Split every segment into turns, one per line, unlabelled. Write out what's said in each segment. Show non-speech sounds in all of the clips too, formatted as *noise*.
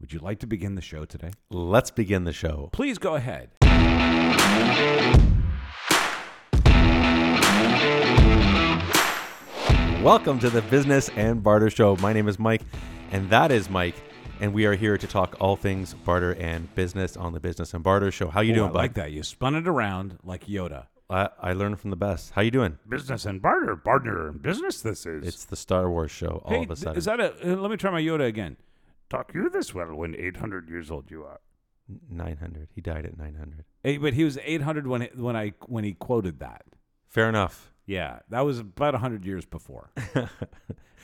Would you like to begin the show today?
Let's begin the show.
Please go ahead.
Welcome to the Business and Barter Show. My name is Mike, and that is Mike, and we are here to talk all things barter and business on the Business and Barter Show. How you
Ooh,
doing,
Oh, I like that. You spun it around like Yoda.
bud? I, I learned from the best. How you doing?
Business and barter, partner and business. This is
It's the Star Wars show. All
hey,
of a
th-
sudden,
is that a? uh, Let me try my Yoda again.
talk you this well when eight hundred years old you are.
nine hundred. He died at nine hundred.
Hey, but he was 800 when it, when I when he quoted that.
Fair enough.
Yeah, that was about 100 years *laughs* before. Thanks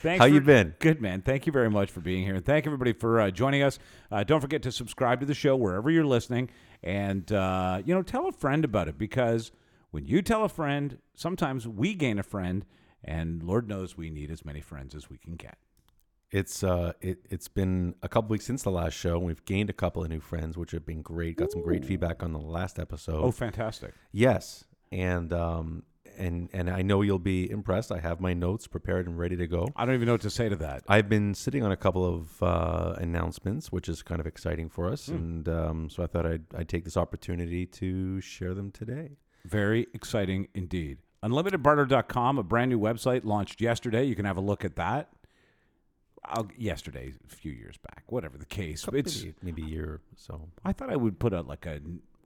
How
for-
you been?
Good, man. Thank you very much for being here. And thank everybody for uh, joining us. Uh, don't forget to subscribe to the show wherever you're listening. And, uh, you know, tell a friend about it because when you tell a friend, sometimes we gain a friend. And Lord knows we need as many friends as we can get.
It's uh, it, it's been a couple weeks since the last show. We've gained a couple of new friends, which have been great. Got some great feedback on the last episode.
Oh, fantastic.
Yes, and um, and and I know you'll be impressed. I have my notes prepared and ready to go.
I don't even know what to say to that.
I've been sitting on a couple of uh, announcements, which is kind of exciting for us,
Hmm.
and um, so I thought I'd, I'd take this opportunity to share them today.
Very exciting indeed. UnlimitedBarter.com, a brand new website launched yesterday. You can have a look at that. I'll, yesterday, a few years back, whatever the case. It's
maybe, maybe a year or so.
I thought I would put a like a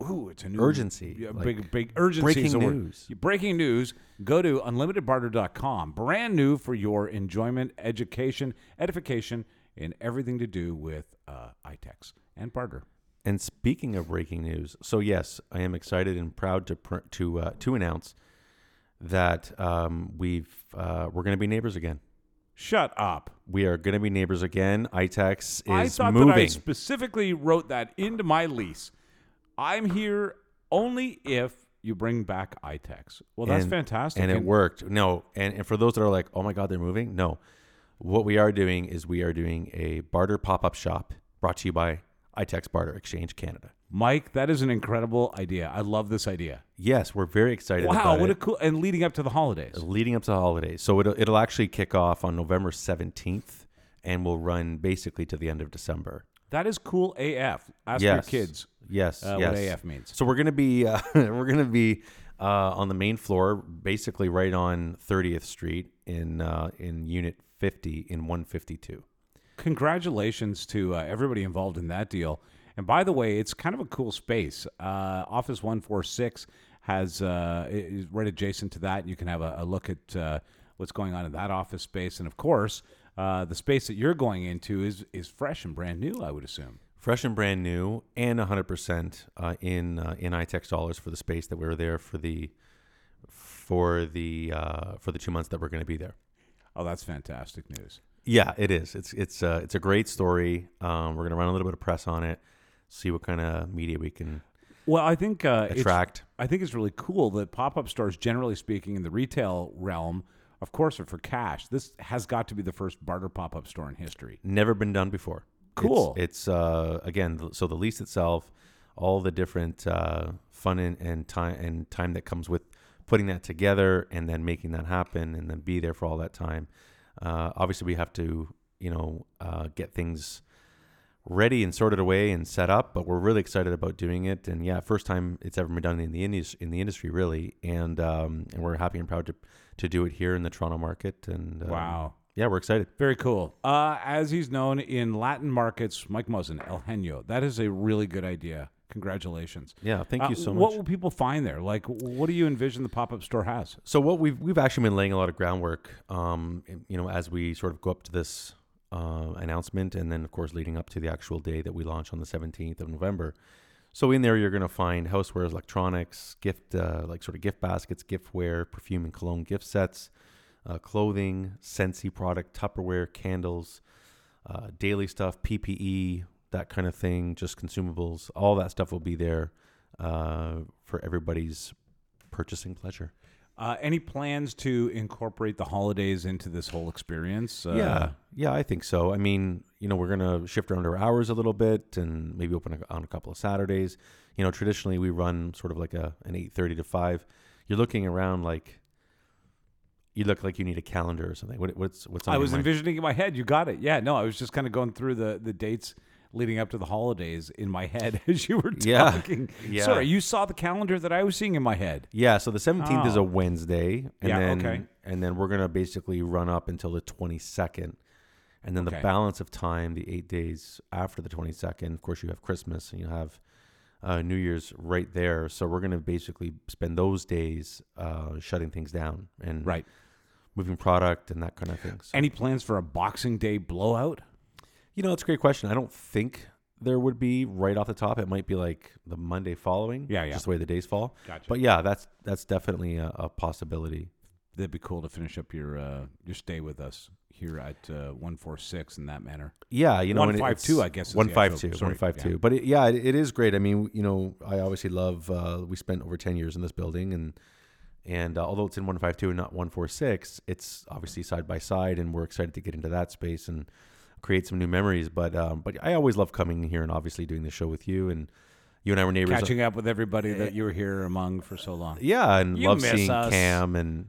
ooh, it's a new
Urgency,
Yeah,
like
big big urgency.
breaking
is the word.
news.
Yeah, Breaking news. Go to unlimitedbarter.com. Brand new for your enjoyment, education, edification, and everything to do with uh, iTex and barter.
And speaking of breaking news, so yes, I am excited and proud to pr- to uh, to announce that um, we've uh, we're going to be neighbors again.
Shut up.
We are going to be neighbors again. ITEX is
I thought
moving.
that I specifically wrote that into my lease. I'm here only if you bring back iTex. Well, that's
And-
fantastic.
And it worked. No, and, and for those that are like, oh my God, they're moving. No, what we are doing is we are doing a barter pop up shop brought to you by iTex Barter Exchange Canada.
Mike, that is an incredible idea. I love this idea.
Yes, we're very excited.
Wow,
about
what a
it.
cool and leading up to the holidays.
leading up to the holidays. So it'll, it'll actually kick off on November 17th and will run basically to the end of December.
That is cool AF. Ask
yes.
your kids.
Yes.
uh, what
yes.
AF means.
So we're gonna be *laughs* uh, we're gonna be uh, on the main floor, basically right on 30th Street in uh, in Unit 50 in 152.
Congratulations to uh, everybody involved in that deal. And by the way, it's kind of a cool space. Uh, Office 146 has uh, i- is right adjacent to that. You can have a, a look at uh, what's going on in that office space. And of course, uh, the space that you're going into is is fresh and brand new, I would assume.
fresh and brand new, and 100% uh, in uh, in iTex dollars for the space that we were there for the for the uh, for the two months that we're going to be there.
Oh, that's fantastic news.
Yeah, it is. It's it's uh, it's a great story. Um, we're going to run a little bit of press on it, see what kind of media we can
Well, I think uh, it's-
attract.
I think it's really cool that pop up stores, generally speaking, in the retail realm, of course, are for cash. This has got to be the first barter pop up store in history.
Never been done before. It's-
Cool.
It's, uh, again, th- so the lease itself, all the different uh, fun and, and time and time that comes with putting that together and then making that happen and then be there for all that time. Uh, obviously, we have to you know uh, get things ready and sorted away and set up, but we're really excited about doing it. And yeah, first time it's ever been done in the indus- in the industry really, and um, and we're happy and proud to to do it here in the Toronto market. And um,
Wow.
yeah, we're excited.
Very cool. Uh, as he's known in Latin markets, Mike Muzzin, El Genio. That is a really good idea. Congratulations.
Yeah, thank
Uh,
you so much.
What will people find there? Like, what do you envision the pop up store has?
So what we've we've actually been laying a lot of groundwork, um, you know, as we sort of go up to this uh, announcement, and then of course leading up to the actual day that we launch on the seventeenth of November. So in there, you're going to find housewares, electronics, gift uh, like sort of gift baskets, giftware, perfume and cologne gift sets, uh, clothing, Scentsy product, Tupperware, candles, uh, daily stuff, PPE, that kind of thing, just consumables. All that stuff will be there uh, for everybody's purchasing pleasure.
Uh, any plans to incorporate the holidays into this whole experience? Uh,
Yeah, yeah, I think so. I mean, you know, we're gonna shift around our hours a little bit, and maybe open a, on a couple of Saturdays. You know, traditionally we run sort of like a an eight thirty to five. You're looking around like you look like you need a calendar or something. What, what's what's on
I
your
was
mind?
envisioning in my head. You got it. Yeah. No, I was just kind of going through the the dates leading up to the holidays in my head *laughs* as you were
Yeah.
talking.
Yeah.
Sorry, you saw the calendar that I was seeing in my head.
Yeah, so the seventeenth is
Oh.
a Wednesday, and
Yeah,
then
okay.
and then we're gonna basically run up until the twenty second, and then
Okay.
the balance of time, the eight days after the twenty second. Of course, you have Christmas and you have uh, New Year's right there. So we're gonna basically spend those days uh, shutting things down and
Right.
moving product and that kind of thing. So,
Any plans for a Boxing Day blowout?
you know, it's a great question. I don't think there would be right off the top. It might be like the Monday following.
Yeah, yeah.
Just the way the days fall.
Gotcha.
But yeah, that's that's definitely a, a possibility.
That'd be cool to finish up your uh, your stay with us here at uh, one four six in that manner.
Yeah, you know, and
152,
it's-
I guess, is the
One
actual-
five two, one
sorry,
five
yeah.
two. But it, yeah, it, it is great. I mean, you know, I obviously love. Uh, we spent over ten years in this building, and and uh, although it's in one five two and not one four six, it's obviously side by side, and we're excited to get into that space and create some new memories. But um, but I always love coming here and obviously doing the show with you and you and I were neighbors.
Catching up with everybody
Eh.
that you were here among for so long.
yeah, and
You
love
miss
seeing
us.
Cam and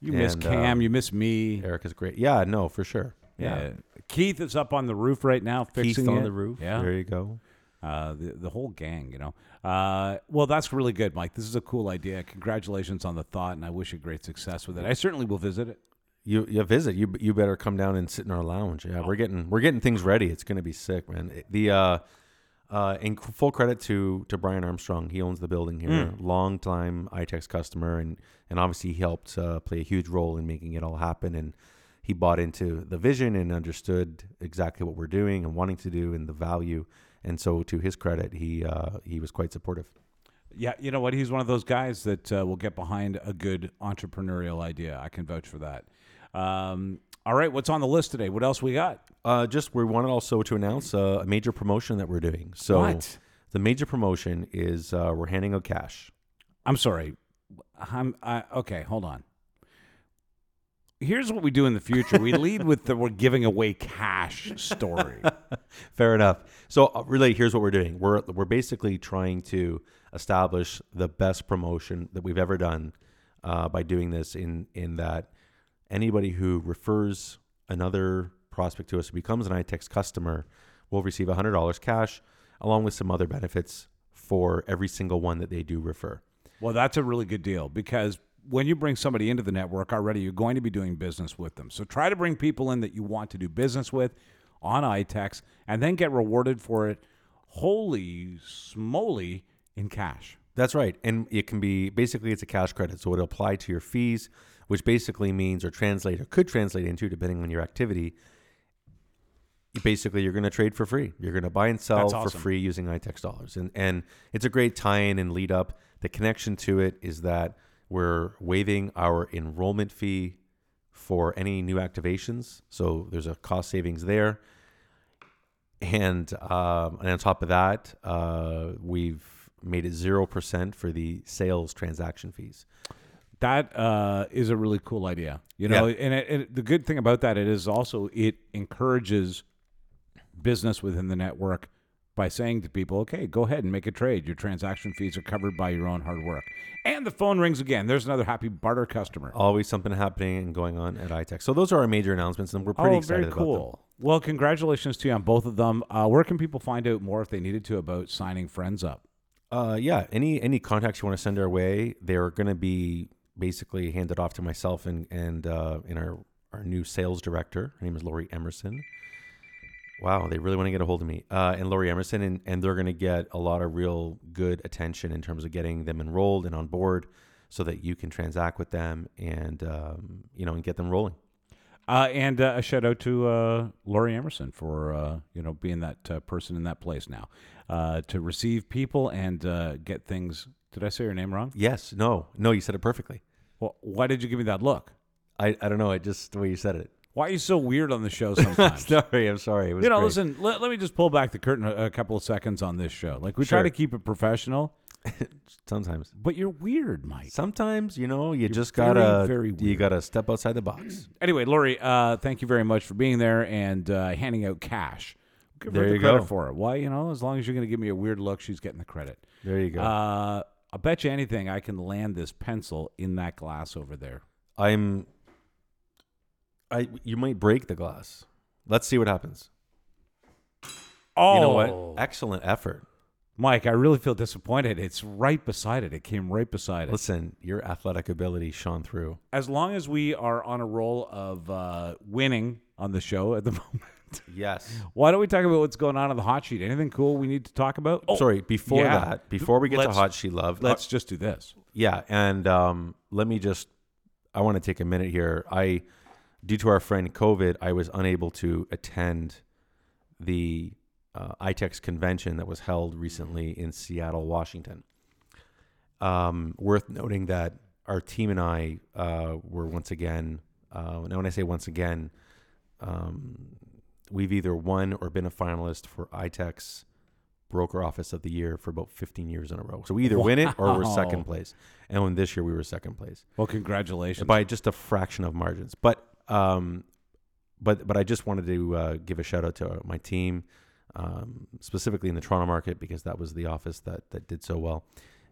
You miss
And, uh,
Cam, you miss me.
Erica's great. Yeah, no, for sure. Yeah,
Yeah. Keith is up on the roof right now
Keith
fixing
on
it.
the roof.
Yeah.
there you go.
uh, the, the whole gang, you know. Uh, well, that's really good, Mike. This is a cool idea. Congratulations on the thought, and I wish you great success with it. I certainly will visit it.
You you visit. You you better come down and sit in our lounge. Yeah, we're getting we're getting things ready. It's gonna be sick, man. It- The uh, uh, in full credit to to Brian Armstrong. He owns the building here. Long time iTex customer, and and obviously he helped uh, play a huge role in making it all happen. And he bought into the vision and understood exactly what we're doing and wanting to do and the value. And so, to his credit, he uh, he was quite supportive.
Yeah, you know what? He's one of those guys that uh, will get behind a good entrepreneurial idea. I can vouch for that. Um, all right, what's on the list today? What else we got?
Uh, just we wanted also to announce uh, a major promotion that we're doing. So
What?
the major promotion is uh, we're handing out cash.
I'm sorry. I'm I, okay. Hold on. Here's what we do in the future. We lead with the we're giving away cash story.
Fair enough. So uh, really, here's what we're doing. We're we're basically trying to establish the best promotion that we've ever done uh, by doing this. In in that anybody who refers another prospect to us who becomes an iTex customer will receive $100 cash along with some other benefits for every single one that they do refer.
Well, that's a really good deal because when you bring somebody into the network already, you're going to be doing business with them. So try to bring people in that you want to do business with on iTex and then get rewarded for it. Holy smoly in cash.
That's right. And it can be basically it's a cash credit. So it'll apply to your fees, which basically means or translate or could translate into, depending on your activity. you- Basically, you're going to trade for free. You're going to buy and sell
That's
for
awesome.
free using iTex dollars. And, and it's a great tie in and lead up. The connection to it is that we're waiving our enrollment fee for any new activations. So there's a cost savings there and um, and on top of that, uh, we've made it zero percent for the sales transaction fees.
That uh, is a really cool idea. You know,
Yeah.
and it, it, the good thing about that it is also it encourages business within the network by saying to people, okay, go ahead and make a trade. Your transaction fees are covered by your own hard work. And the phone rings again. There's another happy barter customer.
Always something happening and going on at iTech. So those are our major announcements, and we're pretty
oh,
excited
very cool.
about them.
Well, congratulations to you on both of them. Uh, where can people find out more if they needed to about signing friends up?
Uh, yeah, any any contacts you want to send our way, they're going to be basically handed off to myself and and uh, and our our new sales director. Her name is Lori Emerson. Wow, they really want to get a hold of me. Uh, and Lori Emerson, and, and they're going to get a lot of real good attention in terms of getting them enrolled and on board, so that you can transact with them and um, you know and get them rolling.
Uh, and uh, a shout out to uh, Lori Emerson for uh, you know being that uh, person in that place now uh, to receive people and uh, get things. Did I say your name wrong?
Yes, no, no, you said it perfectly.
Well, why did you give me that look?
I, I don't know, I just the way you said it. *laughs*
Why are you so weird on the show sometimes?
Sorry, I'm sorry. It was
you know,
great.
listen. Let, let me just pull back the curtain a, a couple of seconds on this show. Like we try
Sure.
to keep it professional,
sometimes.
but you're weird, Mike.
Sometimes you know you just
very,
gotta
very
you
weird.
gotta step outside
*clears throat*
the box.
Anyway, Lori, uh, thank you very much for being there and uh, handing out cash. Give her
There
the
you
credit
go.
for it. Why, you know, as long as you're going to give me a weird look, she's getting the credit.
There you go.
Uh, I bet you anything I can land this pencil in that glass over there.
I'm. I you might break the glass. Let's see what happens.
Oh,
You know what? Excellent effort.
Mike, I really feel disappointed. It's right beside it. It came right beside it.
Listen, your athletic ability shone through.
as long as we are on a roll of uh, winning on the show at the *laughs* moment,
Yes.
why don't we talk about what's going on in the hot sheet? Anything cool we need to talk about? Oh,
Sorry, before
yeah.
that, before we get to
Let's-
Hot She Love, uh,
let's just do this.
yeah, and um, let me just, I want to take a minute here. I, due to our friend COVID, I was unable to attend the uh, ITEX convention that was held recently in Seattle, Washington. Um, worth noting that our team and I uh, were once again, uh, now when I say once again, um, we've either won or been a finalist for ITEX Broker Office of the Year for about 15 years in a row. So we either win it or we're
Wow.
second place. And when this year we were second place
Well, congratulations.
by just a fraction of margins. But um, but but I just wanted to uh, give a shout out to my team, um, specifically in the Toronto market because that was the office that that did so well,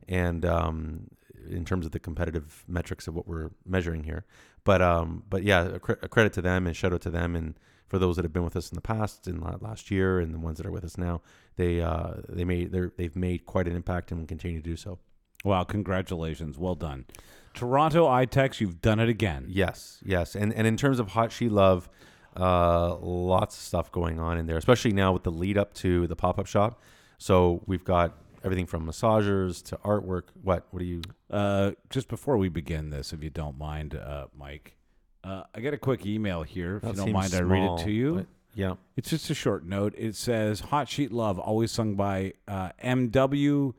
and um, in terms of the competitive metrics of what we're measuring here. But um, but yeah, a, cre- a credit to them and shout out to them and for those that have been with us in the past and la- last year and the ones that are with us now, they uh, they made they're, they've made quite an impact and will continue to do so.
Wow, congratulations. Well done. Toronto iTechs, you've done it again.
Yes, yes, and and in terms of hot she love, uh, lots of stuff going on in there, especially now with the lead up to the pop up shop. So we've got everything from massagers to artwork. What? What do you?
Uh, just before we begin this, if you don't mind, uh, Mike, uh, I got a quick email here. If
That
you don't
seems
mind, I read
small,
it to you.
but- yeah.
It's just a short note. It says Hot Sheet Love, always sung by uh, MW.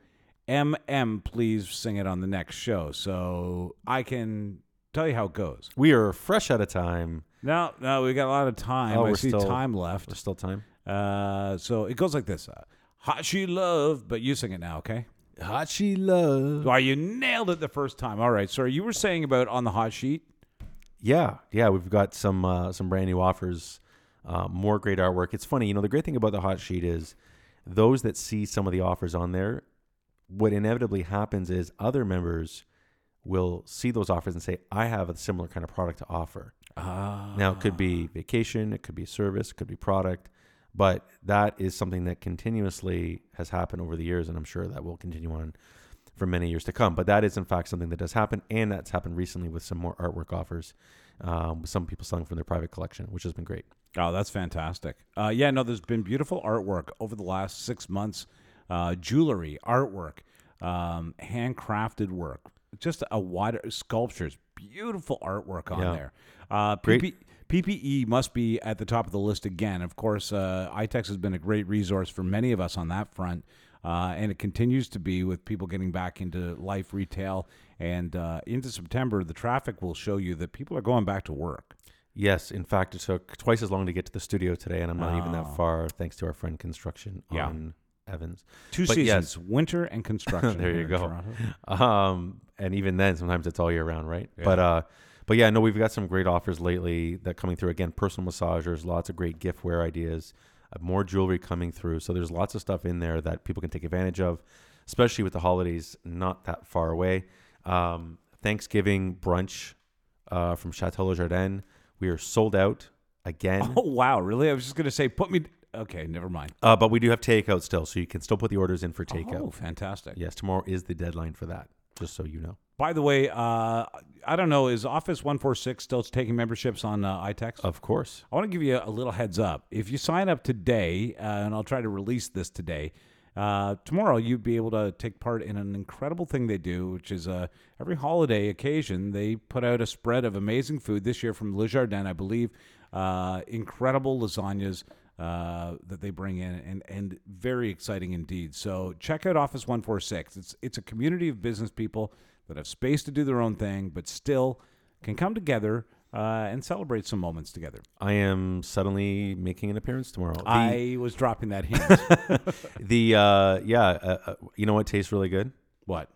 MM, please sing it on the next show. So I can tell you how it goes.
We are fresh out of time.
No, no, we got a lot of time.
Oh,
I
we're
see
still-
time left.
There's still time.
Uh, so it goes like this uh, Hot Sheet Love, but you sing it now, okay?
Hot she love.
Wow, you nailed it the first time. All right, sir. You were saying about on the hot sheet.
Yeah, yeah. We've got some uh, some brand new offers. Uh, more great artwork. It's funny, you know. The great thing about the hot sheet is those that see some of the offers on there what inevitably happens is other members will see those offers and say, I have a similar kind of product to offer.
Ah,
Now, it could be vacation, it could be service, it could be product, but that is something that continuously has happened over the years, and I'm sure that will continue on for many years to come. But that is, in fact, something that does happen, and that's happened recently with some more artwork offers, um, with some people selling from their private collection, which has been great.
oh, that's fantastic. Uh, yeah, no, there's been beautiful artwork over the last six months. Uh, jewelry, artwork, um, handcrafted work, just a wide sculptures, beautiful artwork on
Yeah.
there. Uh,
Great-
PP, PPE E must be at the top of the list again. Of course, uh, iTex has been a great resource for many of us on that front, uh, and it continues to be with people getting back into life retail. And uh, into September, the traffic will show you that people are going back to work.
Yes, in fact, it took twice as long to get to the studio today, and I'm not even
Oh.
that far, thanks to our friend Construction
Yeah.
on Evans.
Two
But
seasons, winter and *laughs* construction.
There you
here in
go.
Toronto.
um, and even then, sometimes it's all year round, right? But uh, but yeah, no, we've got some great offers lately that coming through. Again, personal massagers, lots of great giftware ideas, uh, more jewelry coming through. So there's lots of stuff in there that people can take advantage of, especially with the holidays not that far away. Um, Thanksgiving brunch uh, from Chateau Le Jardin, we are sold out again.
Oh, wow. Really? I was just going to say, put me. Okay, never mind.
Uh, but we do have takeout still, so you can still put the orders in for takeout.
Oh, fantastic.
Yes, tomorrow is the deadline for that. Just so you know.
By the way, uh, I don't know, is Office 146 still taking memberships on uh, iTex?
Of course.
I want to give you a little heads up. If you sign up today, uh, and I'll try to release this today, uh, tomorrow you'd be able to take part in an incredible thing they do, which is uh, every holiday occasion they put out a spread of amazing food. This year from Le Jardin, I believe, uh, incredible lasagnas. Uh, that they bring in and and very exciting indeed. So check out Office 146. It's it's a community of business people that have space to do their own thing, but still can come together uh, and celebrate some moments together.
I am suddenly making an appearance tomorrow. The,
I was dropping that *laughs* hint.
the uh, yeah, uh, uh, you know what tastes really good?
what?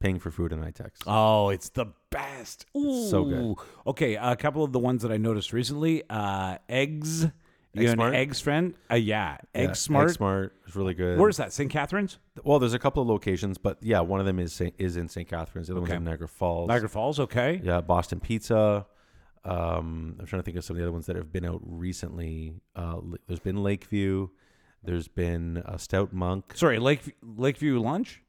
Paying for food in iTex.
Oh, it's the best. Ooh.
so good.
Okay, a couple of the ones that I noticed recently. Uh, eggs. You know, an
Eggsmart?
eggs friend? Uh, yeah.
Yeah,
Egg smart.
Egg Smart is really good.
Where's that? St. Catharines?
well, there's a couple of locations, but yeah, one of them is Saint, is in St. Catharines. The other
Okay.
one's in Niagara Falls.
Niagara Falls, okay.
Yeah, Boston Pizza. Um, I'm trying to think of some of the other ones that have been out recently. Uh, L- there's been Lakeview. There's been a Stout Monk,
Sorry, Lake Lakeview Lunch,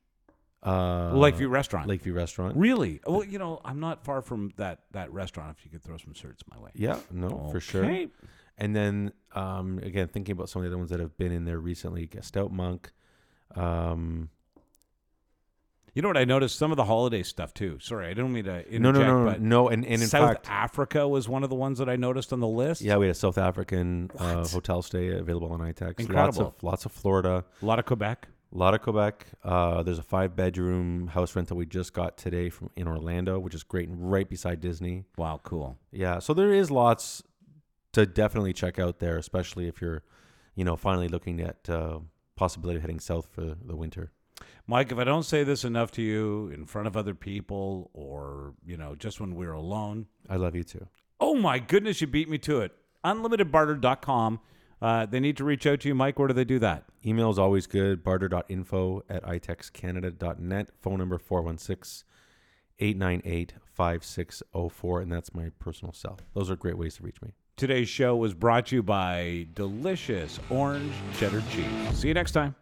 uh,
Lakeview Restaurant.
Lakeview Restaurant.
Really? Well, you know, I'm not far from that that restaurant. If you could throw some shirts my way,
Yeah, no, for sure.
Okay.
And then um, again, thinking about some of the other ones that have been in there recently, like Stout Monk. Um,
You know what I noticed? Some of the holiday stuff too. Sorry, I didn't mean to interject.
no, no, no, no,
but
no, and, and in
South
fact,
Africa was one of the ones that I noticed on the list.
yeah, we had a South African uh, hotel stay available on iTex. Lots
Incredible.
of lots of Florida,
a lot of Quebec.
a lot of Quebec. Uh, there's a five bedroom house rental we just got today from in Orlando, which is great and right beside Disney.
Wow, cool.
Yeah, so there is lots to definitely check out there, especially if you're, you know, finally looking at uh, possibility of heading south for the winter.
Mike, if I don't say this enough to you in front of other people or, you know, just when we're alone,
I love you too.
oh my goodness, you beat me to it. Unlimitedbarter.com. Uh, they need to reach out to you, Mike. Where do they do that?
Email is always good. Barter.info at itexcanada.net. Phone number 416 898 5604. And that's my personal cell. Those are great ways to reach me.
Today's show was brought to you by delicious orange cheddar cheese. See you next time.